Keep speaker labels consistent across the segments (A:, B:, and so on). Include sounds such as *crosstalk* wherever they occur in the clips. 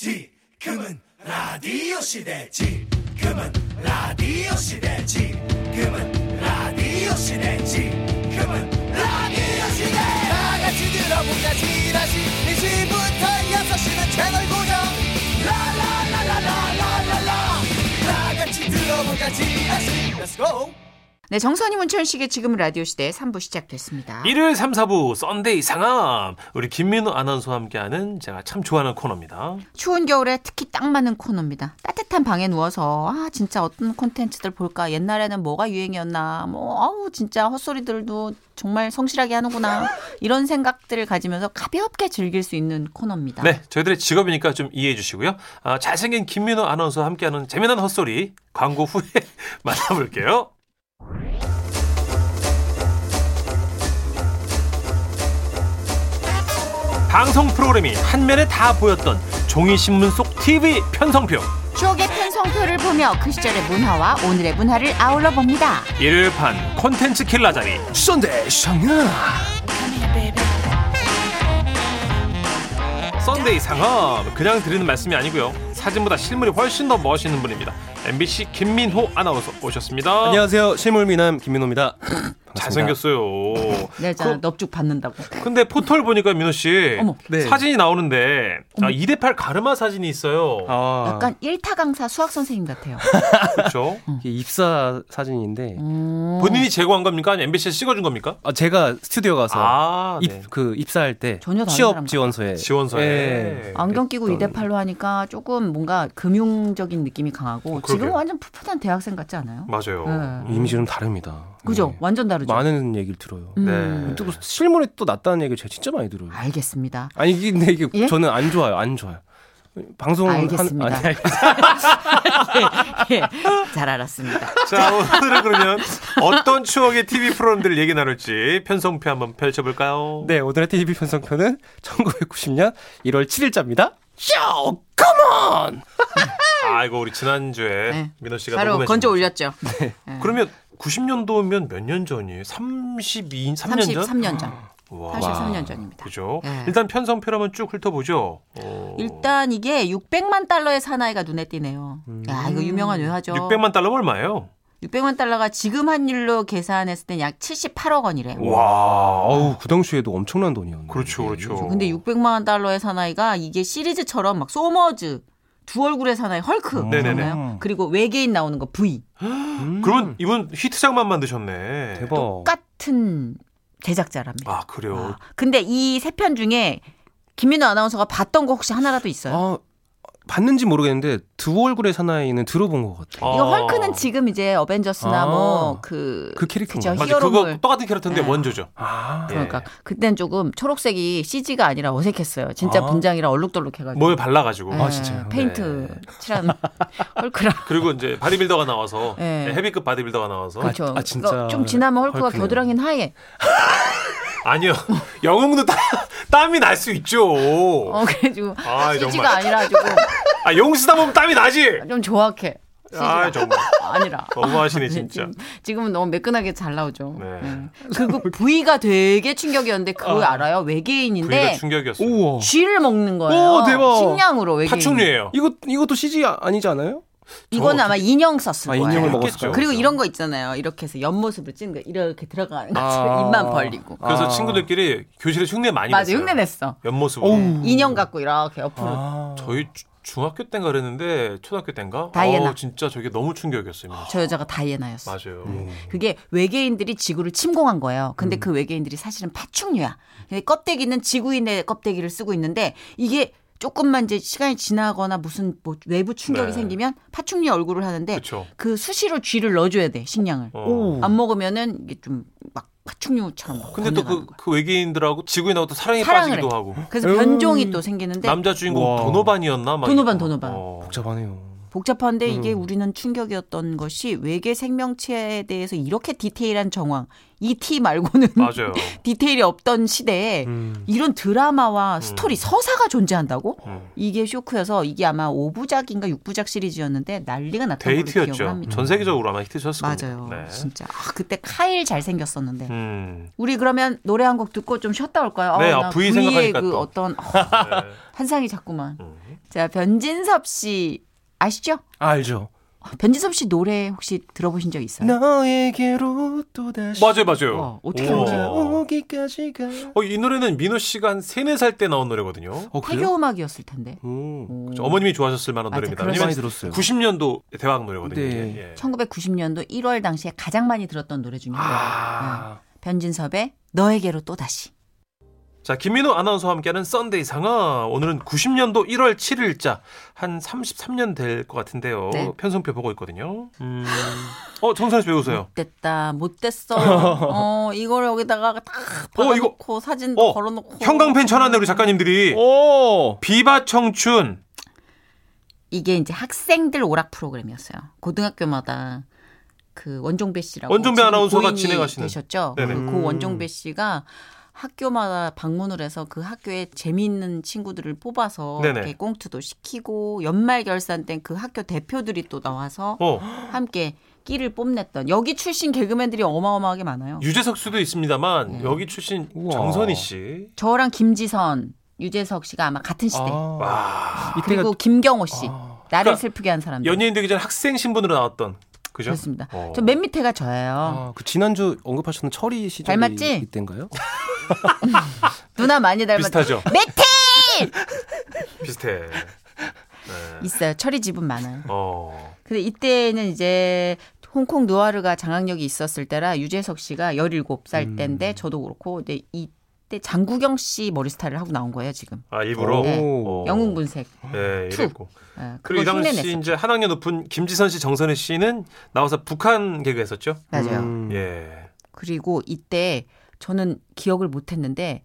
A: 지금은 라디오 시대 지금은 라디오 시대 지금은 라디오 시대 지금은 라디오 시대 다 같이 들어보자 지라시 1시부터 6시는 채널 고정 라라라라라라라라 다 같이 들어보자 지라시 Let's go
B: 네, 정선이 문천식의 지금 라디오 시대 3부 시작됐습니다.
C: 일요일 3, 4부 썬데이 상암 우리 김민호 아나운서와 함께하는 제가 참 좋아하는 코너입니다.
B: 추운 겨울에 특히 딱 맞는 코너입니다. 따뜻한 방에 누워서 아 진짜 어떤 콘텐츠들 볼까 옛날에는 뭐가 유행이었나 뭐 아우 진짜 헛소리들도 정말 성실하게 하는구나 이런 생각들을 가지면서 가볍게 즐길 수 있는 코너입니다.
C: 네, 저희들의 직업이니까 좀 이해해 주시고요. 아, 잘생긴 김민호 아나운서와 함께하는 재미난 헛소리 광고 후에 *laughs* 만나볼게요. 방송 프로그램이 한 면에 다 보였던 종이신문 속 TV 편성표.
B: 추억의 편성표를 보며 그 시절의 문화와 오늘의 문화를 아울러 봅니다.
C: 일요일 판 콘텐츠 킬라 자리.
A: 썬데이 상암
C: 썬데이 상업 그냥 드리는 말씀이 아니고요 사진보다 실물이 훨씬 더 멋있는 분입니다 MBC 김민호 아나운서 오셨습니다
D: 안녕하세요. 실물미남 김민호입니다.
C: 어. 잘생겼어요
B: 네, 저
C: 그럼-
B: 넙죽 받는다고.
C: 근데 포털 보니까 민호 씨
B: 어머.
D: 네.
C: 사진이 나오는데 아, 2대8 가르마 사진이 있어요
D: 아,
B: 약간 일타 강사 수학 선생님 같아요.
C: 그렇죠
D: 이게 입사 사진인데
B: 음,
C: 본인이 제공한 겁니까 아니면 MBC에서 찍어준 겁니까
D: 아, 제가 스튜디오 가서
C: 아
D: 입,
C: 네.
D: 그 입사할 때
B: 전혀 다른
D: 취업
B: 사람
D: 지원서에
C: 지원서에
D: 예.
B: 안경 끼고
D: 그랬던-
B: 2대8로 하니까 조금 뭔가 금융적인 느낌이 강하고 지금
C: 음, 그러게요.
B: 완전 풋풋한 대학생 같지 않아요?
C: 맞아요
B: 네.
D: 이미지 좀 다릅니다.
C: 음.
B: 그죠?
D: 네.
B: 완전 다르죠?
D: 많은 얘기를 들어요. 예.
B: 음.
C: 네.
D: 또 실물이 또 낫다는 얘기 제가 진짜 많이 들어요.
B: 알겠습니다. *laughs*
D: 아니 이게 근데 이게
B: 예?
D: 저는 안 좋아요. 안 좋아요. 방송
B: 알겠습니다.
D: 한, 아니, *laughs* 아니,
B: 예, 잘 알았습니다.
C: 자 오늘은 그러면 어떤 추억의 TV 프로그램들 얘기 나눌지 편성표 한번 펼쳐볼까요
D: 네, 오늘의 TV 편성표는 1990년 1월 7일자입니다. 쇼! 컴온!
C: 아 이거 우리 지난주에
B: 네.
C: 민호 *laughs* 씨가 네.
B: 바로
C: 녹음해서
B: 건져 올렸죠.
C: 그러면 90년도면 몇 년 전이에요? 32, 3년 전? 아,
B: 33년 전.
C: 와.
B: 33년 전입니다.
C: 그죠?
B: 네.
C: 일단 편성표를 한번 쭉 훑어보죠. 어,
B: 일단 이게 600만 달러의 사나이가 눈에 띄네요.
C: 음.
B: 야, 이거 유명한 외화죠.
C: 600만 달러 얼마예요?
B: 600만 달러가 지금 환율로 계산했을 땐 약 78억 원이래요.
C: 와.
D: 어우, 그 당시에도 엄청난 돈이었는데.
C: 그렇죠, 그렇죠.
B: 네,
D: 어.
B: 근데 600만 달러의 사나이가 이게 시리즈처럼 막 소머즈 두 얼굴의 사나이
D: 어.
B: 헐크
C: 네네네.
B: 있잖아요. 그리고 외계인 나오는 거 V 음.
C: 그러면 이분 히트작만 만드셨네.
D: 대박.
B: 똑같은 제작자랍니다.
C: 아, 그래요?
B: 와. 근데 이 세 편 중에 김민호 아나운서가 봤던 거 혹시 하나라도 있어요?
D: 아, 봤는지 모르겠는데 두 얼굴의 사나이는 들어본 것 같아요.
C: 아.
B: 이거 헐크는 지금 이제 어벤져스나
D: 아.
B: 뭐그
D: 그 캐릭터인가?
B: 그죠?
C: 맞아,
B: 히어로물.
C: 그거 똑같은 캐릭터인데
B: 네.
C: 원조죠.
D: 아,
C: 예.
B: 그러니까 그땐 조금 초록색이 CG가 아니라 어색했어요. 진짜
D: 아.
B: 분장이라 얼룩덜룩해가지고.
C: 뭐에 발라가지고.
B: 예,
D: 아, 진짜요? 네.
B: 페인트 칠한 *laughs* 헐크랑
C: 그리고 이제 바디빌더가 나와서
B: 네.
C: 헤비급 바디빌더가 나와서
B: 그렇죠.
D: 아, 진짜.
B: 그거 좀 지나면 헐크가
D: 헐크네요.
B: 겨드랑이는 하얘.
C: 아니요 *laughs* 영웅도 땀, 땀이 날 수 있죠.
B: 어 그래가지고
C: 아,
B: CG가
C: 정말.
B: 아니라가지고
C: 아 영웅 쓰다 보면 땀이 나지.
B: 좀 조악해. CG가
C: 아 정말
B: 아니라.
C: 너무하시네 진짜.
B: 지금, 지금은 너무 매끈하게 잘 나오죠.
C: 네.
B: 음.
C: *laughs*
B: 그리고 V가 되게 충격이었는데 그거 알아요?
C: 부위가
B: 외계인인데
C: 충격이었어요.
D: 우와.
B: 쥐를 먹는 거예요.
D: 오, 대박.
B: 식량으로 외계인.
C: 파충류예요.
D: 이거 이것도 CG 아- 아니지 않아요?
B: 이거는 아마 인형 썼을
D: 아,
B: 거예요.
D: 인형을
C: 먹었을까요?
D: 먹었을까요?
B: 그리고 이런 거 있잖아요. 이렇게 해서 옆모습을 찍는 거 이렇게 들어가는 거
D: 아.
B: 입만 벌리고.
C: 그래서
D: 아.
C: 친구들끼리 교실에 흉내 많이
B: 맞아
C: 냈어요.
B: 흉내 냈어.
C: 옆모습으로. 음,
B: 인형 갖고 이렇게 옆으로.
D: 아.
C: 저희 주- 중학교 땐가 그랬는데 초등학교 땐가?
B: 다이애나.
C: 어우, 진짜 저게 너무 충격이었어요. 민호 씨.
B: 저 여자가 다이애나였어.
C: 맞아요.
B: 그게 외계인들이 지구를 침공한 거예요. 근데
C: 음.
B: 그 외계인들이 사실은 파충류야. 근데 껍데기는 지구인의 껍데기를 쓰고 있는데 이게 조금만 이제 시간이 지나거나 무슨 뭐 외부 충격이
C: 네.
B: 생기면 파충류 얼굴을 하는데 그
C: 그쵸.
B: 수시로 쥐를 넣어줘야 돼 식량을.
C: 어.
D: 오.
B: 안 먹으면은 이게 좀 막 파충류처럼. 막
C: 근데 또
B: 번져가는
C: 그
B: 거야.
C: 외계인들하고 지구인하고 또 사랑에
B: 사랑을
C: 빠지기도
B: 해. 네.
C: 하고.
B: 그래서
D: 음.
B: 변종이 또 생기는데
C: 남자 주인공
D: 와.
C: 도노반이었나? 막
B: 도노반,
C: 이거.
B: 도노반.
C: 어.
D: 복잡하네요.
B: 복잡한데 이게
C: 음.
B: 우리는 충격이었던 것이 외계 생명체에 대해서 이렇게 디테일한 정황, 이 티 말고는 *laughs*
C: 맞아요.
B: 디테일이 없던 시대에 이런 드라마와 스토리 서사가 존재한다고?
C: 음.
B: 이게 쇼크여서 이게 아마 5부작인가 6부작 시리즈였는데 난리가 났던 걸로 기억을
C: 데이트였죠.
B: 합니다.
C: 전 세계적으로 아마 히트쳤을
B: 맞아요.
C: 겁니다. 네.
B: 진짜. 아, 그때 카일 잘 생겼었는데.
C: 음.
B: 우리 그러면 노래 한 곡 듣고 좀 쉬었다 올까요?
C: 네,
B: 어,
C: 아,
B: 나
C: V 네.
B: V의
C: 생각하니까
B: 그 *laughs*
C: 또. 음.
B: 어떤 어, 환상이 자꾸만. 자, 변진섭 씨 아시죠?
D: 알죠.
B: 변진섭 씨 노래 혹시 들어보신 적
C: 네.
B: 있어요?
D: 너에게로 또다시
C: 맞아요, 맞아요.
B: 네. 어, 어떻게
C: 우와.
D: 오기까지가.
C: 어, 이 노래는 민호 씨가 한 세네 살 때 나온 노래거든요.
D: 어
B: 태교 음악이었을 텐데.
D: 음.
C: 그렇죠. 어머님이 좋아하셨을 만한
B: 맞아,
C: 노래입니다.
B: 그럴
C: 왜냐면
D: 많이 들었어요.
C: 90년도 대학 노래거든요.
D: 네.
C: 예, 예.
B: 1990년도 1월 당시에 가장 많이 들었던 노래 중에 하나.
D: 아.
B: 변진섭의 너에게로 또다시.
C: 자, 김민호 아나운서와 함께하는 썬데이 상어. 오늘은 90년도 1월 7일자 한 33년 될 것 같은데요.
B: 네.
C: 편성표 보고 있거든요.
B: *laughs*
C: 음. 어, 정선 씨 배우세요.
B: 됐다. 못
C: *laughs*
B: 됐어. 어, 이걸 여기다가 딱
C: 어, 이거.
B: 박아놓고 사진
C: 어,
B: 걸어놓고.
C: 형광펜 천안네 우리 작가님들이
D: 오.
C: 비바 청춘.
B: 이게 이제 학생들 오락 프로그램이었어요. 고등학교마다 그 원종배 씨라고
C: 원종배
B: 지금
C: 아나운서가
B: 고인이
C: 진행하시는.
B: 되셨죠.
C: 네네.
B: 그, 고 원종배 씨가 학교마다 방문을 해서 그 학교에 재미있는 친구들을 뽑아서
C: 네네.
B: 이렇게 꽁트도 시키고 연말 결산 땐 그 학교 대표들이 또 나와서
C: 어,
B: 함께 끼를 뽐냈던 여기 출신 개그맨들이 어마어마하게 많아요.
C: 유재석 씨도 있습니다만
B: 음.
C: 여기 출신
D: 우와.
C: 정선희 씨.
B: 저랑 김지선, 유재석 씨가 아마 같은 시대.
C: 와.
D: 이때가
B: 그리고 김경호 씨. 나를
C: 그러니까
B: 슬프게 한 사람들.
C: 연예인 되기 전 학생 신분으로 나왔던 그죠?
B: 그렇습니다.
C: 어.
B: 저 맨 밑에가 저예요.
D: 아, 그 지난주 언급하셨던 철이 시절이
B: 닮았지?
D: 이때인가요?
B: 누나 많이 닮았죠.
C: 비슷하죠?
B: 매티
C: *laughs* 비슷해.
B: 있어요. 철이 집은 많아요.
C: 어.
B: 근데 이때는 이제 홍콩 누아르가 장악력이 있었을 때라 유재석 씨가 17살
C: 음.
B: 때인데 저도 그렇고 근데 이때 장구경 씨 머리 스타일을 하고 나온 거예요, 지금.
C: 아, 일부러. 어.
B: 네.
D: 오.
B: 영웅 군색.
C: 예,
B: 투.
C: 이랬고.
B: 예,
C: 그리고
B: 그걸
C: 이 당시
B: 흉내냈어요.
C: 이제 한 학년 높은 김지선 씨, 정선희 씨는 나와서 북한 개그 했었죠.
B: 맞아요.
D: 음.
C: 예.
B: 그리고 이때 저는 기억을 못 했는데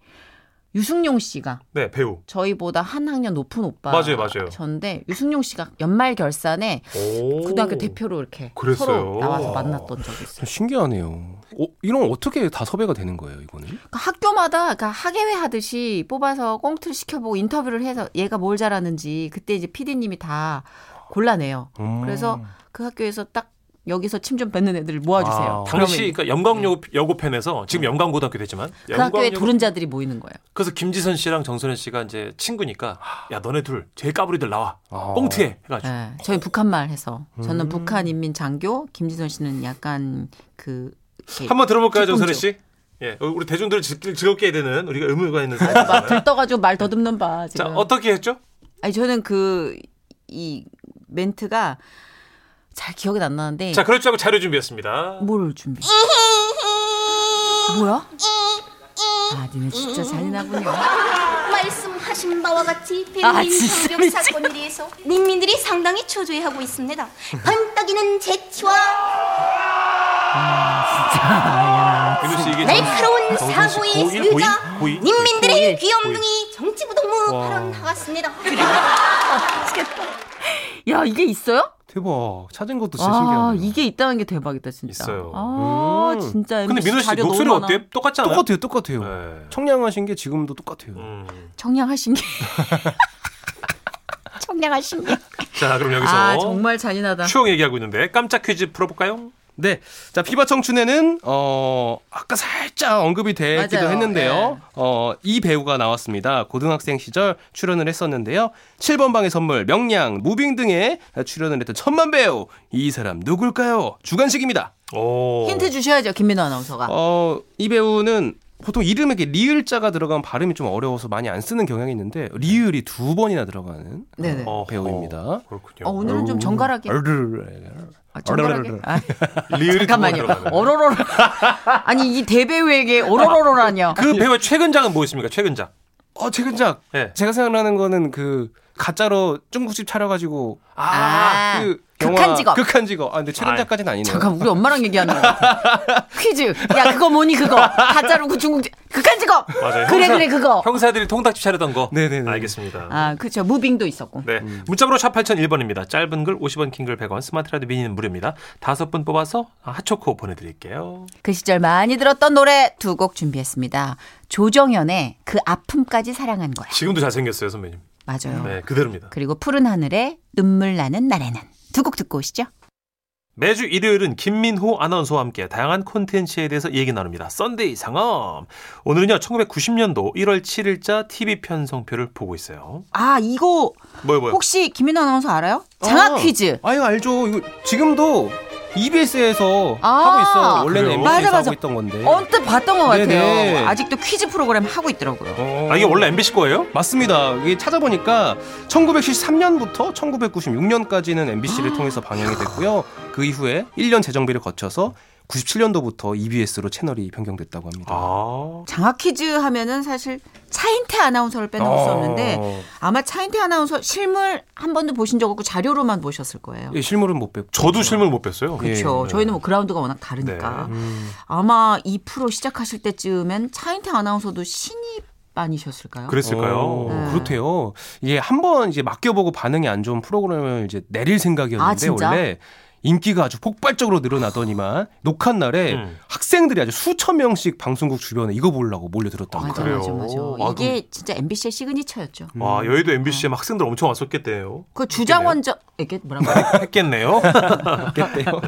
B: 유승용 씨가
C: 네, 배우.
B: 저희보다 한 학년 높은 오빠
C: 맞아요, 맞아요.
B: 저인데 유승용 씨가 연말 결산에
C: 오.
B: 고등학교 대표로 이렇게
C: 그랬어요.
B: 서로 나와서
C: 와.
B: 만났던 적이 있어요.
D: 참 신기하네요. 어, 이런 어떻게 다 섭외가 되는 거예요, 이거는?
B: 그러니까 학교마다 그러니까 학예회 하듯이 뽑아서 꽁트를 시켜보고 인터뷰를 해서 얘가 뭘 잘하는지 그때 이제 피디님이 다 골라내요.
D: 음.
B: 그래서 그 학교에서 딱 여기서 침 좀 뱉는 애들을 모아주세요.
D: 아.
B: 그러면 음.
C: 당시 그러니까 영광여고 여고편에서 지금 영광고등학교 됐지만
B: 그 학교에
C: 영광여고-
B: 도른자들이 모이는 거예요.
C: 그래서 김지선 씨랑 정선희 씨가 이제 친구니까 야 너네 둘 제일 까불이들 나와
D: 아.
C: 꽁트해 해가지고
B: 네, 저희 북한말 해서
C: 음.
B: 저는 북한 인민 장교, 김지선 씨는 약간 그 이렇게
C: 한번 들어볼까요 정선희
B: 기쁨죠.
C: 씨? 예 어, 우리 대중들을 즐- 즐겁게 해야 되는 우리가 의무가 있는
B: *laughs*
C: 사람이잖아요.
B: 떠가지고 말 더듬는 바
C: 자
B: 지금.
C: 어떻게 했죠?
B: 아니 저는 그 이 멘트가 잘 기억이 안 나는데
C: 자 그럴 줄 알고 자료 준비했습니다.
B: 뭘 준비? 뭐야? 아, 니네 진짜 잔인하군요.
E: 말씀하신 바와 같이
B: 아,
E: 배우인
B: 진짜
E: 성적
B: 미치겠다.
E: 사건에 대해서 민민들이 상당히 초조해하고 있습니다.
C: 음.
E: 번떡이는 재치와
C: 민호 씨 이게
E: 날카로운
C: 정선 씨
E: 사고의
C: 고일, 고일,
E: 소유자
C: 고일? 네.
E: 민민들의 귀염둥이 정치부동무 발언 나갔습니다.
B: 야, 이게 있어요?
D: 대박. 찾은 것도 진짜
B: 아,
D: 신기하네요.
B: 이게 있다는 게 대박이다, 진짜.
C: 있어요.
B: 아,
D: 음.
B: 진짜.
C: 근데
B: MBC
C: 민호 씨
B: 자료 너무
C: 목소리
B: 많아.
C: 어때요? 똑같지 않아요?
D: 똑같아요, 똑같아요.
C: 네.
D: 청량하신 게 지금도 똑같아요.
C: 음.
B: 청량하신 게. 청량하신 게.
C: 자 그럼 여기서
B: 아, 정말 잔인하다.
C: 추억 얘기하고 있는데 깜짝 퀴즈 풀어볼까요?
D: 네. 자, 비바 청춘에는, 어, 아까 살짝 언급이 되기도
B: 맞아요.
D: 했는데요.
B: 예.
D: 어, 이 배우가 나왔습니다. 고등학생 시절 출연을 했었는데요. 7번 방의 선물, 명량, 무빙 등에 출연을 했던 천만 배우. 이 사람 누굴까요? 주간식입니다.
C: 오.
B: 힌트 주셔야죠, 김민호 아나운서가.
D: 어, 이 배우는 보통 이름에 이렇게 리을자가 들어가면 발음이 좀 어려워서 많이 안 쓰는 경향이 있는데 리을이 두 번이나 들어가는 어,
B: 네네.
C: 어허.
D: 배우입니다.
C: 그렇군요.
B: 어, 오늘은 좀 정갈하게.
D: 얼르르르르.
B: 아, 정갈하게. 아,
C: *laughs* 리얼이
B: 잠깐만요.
C: 들어가는 거예요.
B: 어로로로. 아니, 이 대배우에게 어로로로라뇨.
C: 그 배우의 최근작은 뭐였습니까? 최근작.
D: 어, 최근작
C: 예.
D: 제가 생각나는 거는 그 가짜로 중국집 차려가지고
B: 아,
D: 그
B: 극한 직업.
D: 극한 직업. 아 근데 최근작까지는 아니네요.
B: 잠깐 우리 엄마랑 얘기하는 거 같아.
C: *laughs*
B: 퀴즈. 야 그거 뭐니 그거. 가짜로 그 중국 극한 직업.
C: 맞아요.
B: 그래
C: 형사-
B: 그래 그거.
C: 형사들이 통닭집 차려던 거.
D: 네네네. 음.
C: 알겠습니다.
B: 아 그렇죠. 무빙도 있었고.
C: 네. 문자번호 샵 8001번입니다. 짧은 글 50원, 긴 글 100원, 스마트라디오 미니는 무료입니다. 다섯 분 뽑아서 하초코 보내드릴게요.
B: 그 시절 많이 들었던 노래 두 곡 준비했습니다. 조정현의 그 아픔까지 사랑한 거야.
C: 지금도 잘생겼어요, 선배님.
B: 맞아요.
C: 네, 그대로입니다.
B: 그리고 푸른 하늘에 눈물 나는 날에는 두 곡 듣고 오시죠.
C: 매주 일요일은 김민호 아나운서와 함께 다양한 콘텐츠에 대해서 얘기 나눕니다. 썬데이 상업. 오늘은요, 1990년도 1월 7일자 TV 편성표를 보고 있어요.
B: 아 이거
C: 뭐요, 뭐요?
B: 혹시 김민호 아나운서 알아요? 장학
D: 아,
B: 퀴즈.
D: 아유 알죠. 이거 지금도 EBS에서
B: 아,
D: 하고 있어. 원래는
C: 그래요?
D: MBC에서
B: 맞아, 맞아.
D: 하고 있던 건데.
B: 언뜻 봤던 것 같아요.
D: 네네.
B: 아직도 퀴즈 프로그램 하고 있더라고요.
D: 어.
C: 아, 이게 원래 MBC 거예요?
D: 맞습니다. 이게 찾아보니까 1973년부터 1996년까지는 MBC를
B: 아.
D: 통해서 방영이 됐고요. 그 이후에 1년 재정비를 거쳐서 97년도부터 EBS로 채널이 변경됐다고 합니다.
C: 아.
B: 장학 퀴즈 하면은 사실 차인태 아나운서를 빼놓을 수 없는데 아마 차인태 아나운서 실물 한 번도 보신 적 없고 자료로만 보셨을 거예요.
D: 예, 실물은 못 뵙고
C: 아. 저도 실물 못 뵀어요.
B: 그렇죠.
D: 예.
B: 저희는 뭐 그라운드가 워낙 다르니까 아마 이 프로 시작하실 때쯤엔 차인태 아나운서도 신입 아니셨을까요?
C: 그랬을까요?
D: 어,
B: 네.
D: 그렇대요. 이게 한 번 이제 맡겨보고 반응이 안 좋은 프로그램을 이제 내릴
B: 아,
D: 생각이었는데
B: 진짜?
D: 원래 인기가 아주 폭발적으로 늘어나더니만 녹화 날에
C: 음.
D: 학생들이 아주 수천 명씩 방송국 주변에 이거 보려고 몰려들었다고.
B: 맞아,
C: 그래요? 음.
B: 맞아, 맞아.
C: 아,
B: 이게 진짜 MBC의 시그니처였죠.
C: 와, 여의도 MBC에 막 학생들 엄청 왔었겠대요.
B: 그 주장원전 이게 뭐라고 *laughs* 해요?
C: *laughs* 했겠네요. *laughs*
D: 그랬대요.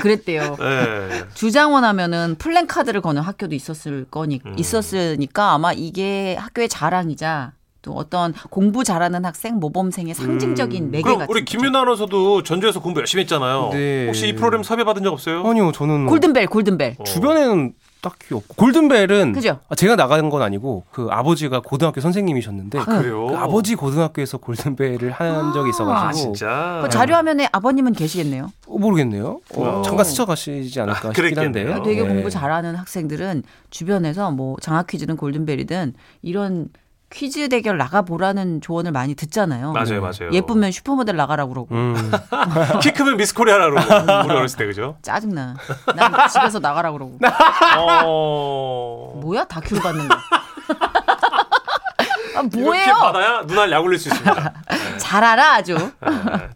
B: 그랬대요.
C: 네.
B: 주장원 하면은 플랜카드를 거는 학교도 있었을 거니
C: 음.
B: 있었으니까 아마 이게 학교의 자랑이자 또 어떤 공부 잘하는 학생 모범생의 상징적인 매개
C: 음. 그럼
B: 같은
C: 우리
B: 거죠.
C: 김윤아 아나운서도 전주에서 공부 열심히 했잖아요.
D: 네.
C: 혹시 이 프로그램 섭외 받은 적 없어요?
D: 아니요, 저는
B: 골든벨 골든벨
C: 어.
D: 주변에는 딱히 없고 골든벨은
B: 그죠?
D: 아, 제가 나간 건 아니고 그 아버지가 고등학교 선생님이셨는데
C: 아, 그래요?
D: 그 아버지 고등학교에서 골든벨을 한 적이 있어가지고
C: 아, 진짜.
B: 그 자료화면에 아버님은 계시겠네요.
D: 어, 모르겠네요. 어,
C: 어.
D: 잠깐 스쳐가시지 않을까
C: 아,
D: 싶긴
C: 그랬겠네요.
D: 한데.
C: 아,
B: 되게
D: 네.
B: 공부 잘하는 학생들은 주변에서 뭐 장학 퀴즈든 골든벨이든 이런 퀴즈 대결 나가 보라는 조언을 많이 듣잖아요.
C: 맞아요, 맞아요.
B: 예쁘면 슈퍼모델 나가라 고 그러고
D: 음.
C: *laughs* 키 크면 미스 코리아라고 우리 어렸을
B: *laughs*
C: 때 그죠?
B: 짜증나. 난 집에서 나가라 고 그러고.
C: 어...
B: 뭐야 다큐를 받는
D: *laughs*
B: 거. 아,
C: 이렇게
B: 뭐예요?
C: 받아야 눈알 약 올릴 수 있습니다.
B: 잘 알아 아주.
C: 네.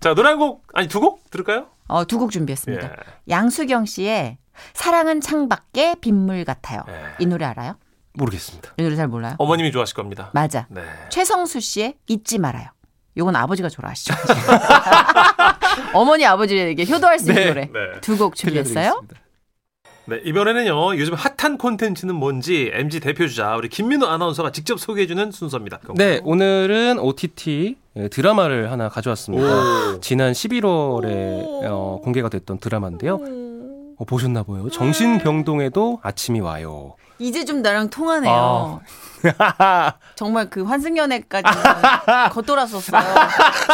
C: 자 노래 한 곡 아니 두 곡 들을까요?
B: 어, 두 곡 준비했습니다.
C: 예.
B: 양수경 씨의 사랑은 창밖에 빗물 같아요.
C: 예.
B: 이 노래 알아요?
D: 모르겠습니다.
B: 이 노래 잘 몰라요?
C: 어머님이 좋아하실 겁니다.
B: 맞아.
C: 네.
B: 최성수 씨의 잊지 말아요. 요건 아버지가 좋아하시죠. *laughs* 어머니 아버지에게 효도할 수 있는
D: 네,
B: 노래
C: 네.
B: 두 곡 준비했어요.
D: 들려드리겠습니다.
C: 네, 이번에는요, 요즘 핫한 콘텐츠는 뭔지 MG 대표주자, 우리 김민호 아나운서가 직접 소개해주는 순서입니다.
B: 어.
D: 네, 오늘은 OTT 예, 드라마를 하나 가져왔습니다. 지난 11월에 어, 공개가 됐던 드라마인데요. 어, 보셨나 보요. 정신병동에도 아침이 와요.
B: 이제 좀 나랑
D: 아.
B: 통하네요.
D: *laughs*
B: 정말 그 환승연애까지 *laughs* 겉돌았었어요.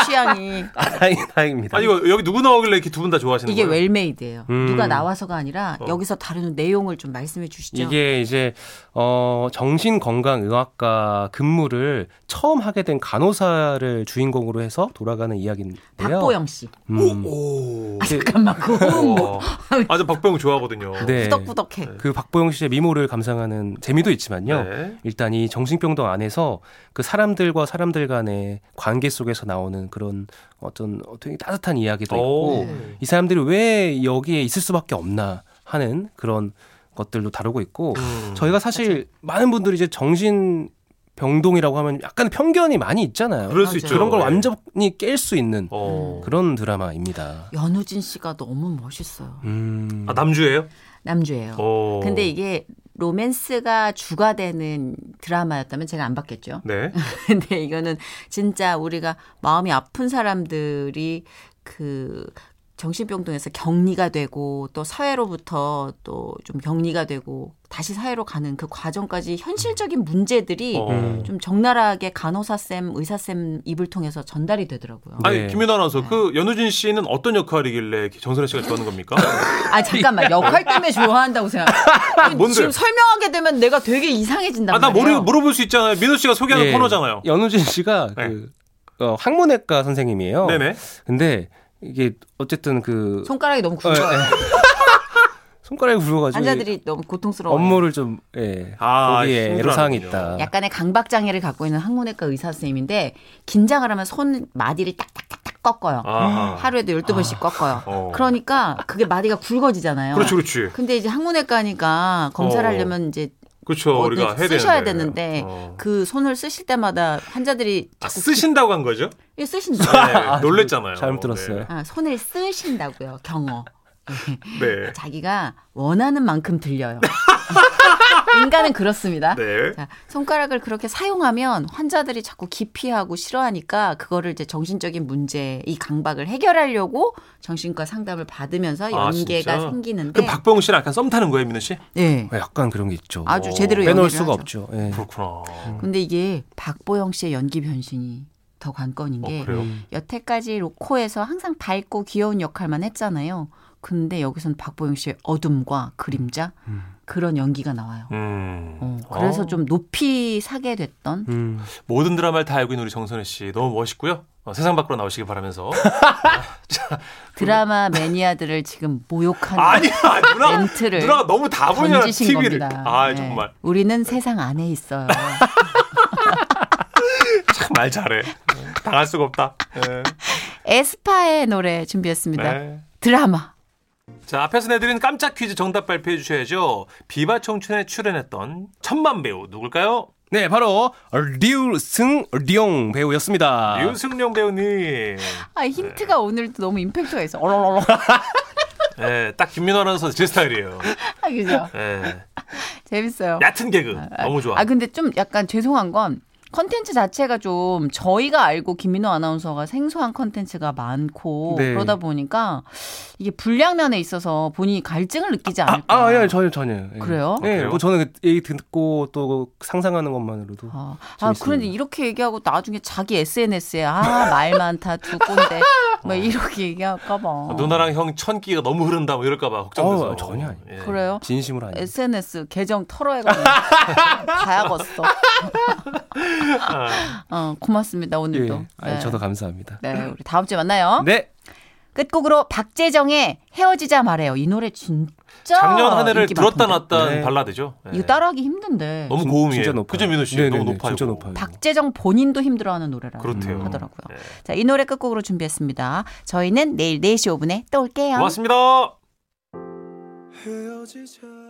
B: 취향이.
D: 아, 다행- 다행입니다.
C: 아니, 이거 여기 누구 나오길래 이렇게 두 분 다 좋아하시는
B: 이게
C: 거예요?
B: 웰메이드예요.
D: 음. 어.
B: 누가 나와서가 아니라 여기서 다루는 내용을 좀 말씀해 주시죠.
D: 이게 이제 어 정신 건강 의학과 근무를 처음 하게 된 간호사를 주인공으로 해서 돌아가는 이야기인데요.
B: 박보영 씨. 아,
D: 음,
C: 오.
D: 이게-
B: 잠깐만 그거
C: 와. 아, 저 박병 좋아하거든요.
D: *laughs* 네.
B: 후덕후덕해.
D: 그 박보영 씨의 미모를 감상하는 재미도 있지만요.
C: 네.
D: 일단 이 정신병동 안에서 그 사람들과 사람들 간의 관계 속에서 나오는 그런 어떤 되게 따뜻한 이야기도
C: 오.
D: 있고 이 사람들이 왜 여기에 있을 수밖에 없나 하는 그런 것들도 다루고 있고
C: 음.
D: 저희가 사실 많은 분들이 이제 정신 병동이라고 하면 약간 편견이 많이 있잖아요.
C: 그럴
B: 맞아요.
C: 수 있죠.
D: 그런 걸
C: 예.
D: 완전히 깰 수 있는
C: 어.
D: 그런 드라마입니다.
B: 연우진 씨가 너무 멋있어요.
D: 음.
C: 아, 남주예요? 어.
B: 남주예요.
D: 어.
C: 오.
B: 근데 이게 로맨스가 주가 되는 드라마였다면 제가 안 봤겠죠.
C: 네.
B: *laughs* 근데 이거는 진짜 우리가 마음이 아픈 사람들이 그 정신병동에서 격리가 되고 또 사회로부터 또 좀 격리가 되고 다시 사회로 가는 그 과정까지 현실적인 문제들이
C: 어.
D: 음.
B: 좀 적나라하게 간호사 쌤, 의사 쌤 입을 통해서 전달이 되더라고요.
C: 아니
D: 네.
C: 김윤아 아나운서 그 연우진 씨는 어떤 역할이길래 이렇게 정선혜 씨가 좋아하는 겁니까?
B: 아 잠깐만 역할 때문에 좋아한다고 생각.
C: 뭔데?
B: 지금 설명하게 되면 내가 되게 이상해진단
C: 아나
B: 말이에요.
C: 모르 물어볼 수 있잖아요. 민호 씨가 소개하는
D: 예,
C: 코너잖아요.
D: 연우진 씨가
C: 네.
D: 그 어, 학문외과 선생님이에요.
C: 네네.
D: 근데 이게 어쨌든 그
B: 손가락이
C: 네,
B: 너무
D: 어,
B: 굵어.
D: 예. 손가락이 굵어가지고
B: 환자들이 너무 고통스러워.
D: 업무를 좀 예.
C: 아,
D: 거기에
C: 힘들어하는군요.
D: 애로 사항이
C: 아.
D: 있다.
B: 약간의 강박 장애를 갖고 있는 항문외과 의사 선생님인데 긴장을 하면 손 마디를 딱딱딱딱 꺾어요.
C: 아하.
B: 하루에도 12번씩 꺾어요.
C: 어.
B: 그러니까 그게 마디가 굵어지잖아요.
C: 그렇지 그렇지.
B: 근데 이제 항문외과니까 검사를
C: 어.
B: 하려면 이제
C: 그렇죠.
B: 어,
C: 우리가 해야
B: 쓰셔야
C: 되는데.
B: 되는데
C: 어.
B: 그 손을 쓰실 때마다 환자들이
C: 아, 쓰신다고 한 거죠?
B: 예,
C: 네,
B: 쓰신다.
C: 놀랬잖아요.
D: 잘못 들었어요.
B: 아, 손을 쓰신다고요. 경어.
C: 네.
B: 자기가 원하는 만큼 들려요.
C: *laughs*
B: 인간은 그렇습니다.
C: 네.
B: 자, 손가락을 그렇게 사용하면 환자들이 자꾸 기피하고 싫어하니까 그거를 이제 정신적인 문제, 이 강박을 해결하려고 정신과 상담을 받으면서
C: 아,
B: 연계가
C: 진짜?
B: 생기는데
C: 그럼 박병우 어. 씨랑 약간 썸 타는 거예요, 민호 씨?
B: 예.
D: 어, 약간 그런 게 있죠.
B: 아주
C: 어,
B: 제대로
D: 빼놓을
B: 연기를
D: 수가
B: 하죠.
D: 없죠. 예.
C: 그렇구나. 어,
B: 근데 이게 박보영 씨의 연기 변신이 더 관건인
C: 어,
B: 게
C: 그래요?
B: 여태까지 로코에서 항상 밝고 귀여운 역할만 했잖아요. 근데 여기선 박보영 씨의 어둠과 그림자 그런 연기가 나와요.
C: 음.
B: 어, 그래서
C: 어,
B: 좀 높이 사게 됐던
D: 음.
C: 모든 드라마를 다 알고 있는 우리 정선혜 씨 너무 멋있고요. 어, 세상 밖으로 나오시길 바라면서.
B: *laughs* 드라마 매니아들을 지금 모욕하는
C: 아니야, 누나.
B: 멘트를
C: 누나가 너무 다분히
B: 던지신
C: TV를.
B: 겁니다.
C: 아,
B: 네.
C: 정말.
B: 우리는 세상 안에
C: *laughs*
B: 있어요.
C: 참 말 잘해. 네. 당할 수가 없다. 네.
B: 에스파의 노래 준비했습니다.
C: 네.
B: 드라마.
C: 자, 앞에서 내드린 깜짝 퀴즈 정답 발표해 주셔야죠. 비바 청춘에 출연했던 천만 배우 누굴까요?
D: 네, 바로 류승 룡 배우였습니다.
C: 유승용 배우님.
B: 아 힌트가 오늘도 너무 임팩트가 있어. 어러러러.
C: 예, 딱 김민호 아나운서 제 스타일이에요.
B: 아 *laughs* 그죠.
C: 예.
B: 재밌어요.
C: 얕은 개그.
B: 아,
C: 너무 좋아.
B: 아 근데 좀 약간 죄송한 건 컨텐츠 자체가 좀 저희가 알고 김민호 아나운서가 생소한 컨텐츠가 많고
D: 네.
B: 그러다 보니까 이게 불량면에 있어서 본인이 갈증을 느끼지 않을까.
D: 아, 아, 예, 전혀 전혀. 예.
B: 그래요?
D: 예,
C: 아, 그래요?
D: 뭐 저는 그 얘기 듣고 또그 상상하는 것만으로도
B: 아, 아,
D: 재밌습니다.
B: 그런데 이렇게 얘기하고 나중에 자기 SNS에 아 말 많다 두 꼰대
C: *laughs* 어.
B: 뭐 이렇게 얘기할까 봐.
C: 누나랑 형 천기가 너무 흐른다 뭐 이럴까 봐 걱정돼서.
D: 어, 전혀 아니에요.
C: 예.
B: 그래요?
D: 진심으로 아니.
B: SNS 계정 털어해가지고 *laughs* 다야겄어.
C: 아.
B: 어 고맙습니다
D: 예.
B: 오늘도. 어?
D: 아니, 저도 감사합니다.
B: 네 우리 다음 주에 만나요.
D: 네.
B: 끝곡으로 박재정의 헤어지자 말해요. 이 노래 진짜
C: 작년 한 해를
B: 인기
C: 들었다
B: 많던데.
C: 놨다
D: 네.
C: 발라드죠. 예.
B: 이거 따라하기 힘든데.
C: 너무
D: 진-
C: 고음이에요.
D: 진짜 높아요.
C: 그죠 민호 씨?
D: 네네네,
C: 너무 높아요.
D: 진짜
C: 이거.
D: 높아요.
B: 박재정 본인도 힘들어하는 노래라
C: 그렇대요.
B: 하더라고요.
C: 예.
B: 자, 이 노래 끝곡으로 준비했습니다. 네 저희는 내일 4시 5분에 또 올게요.
C: 고맙습니다.
A: 헤어지자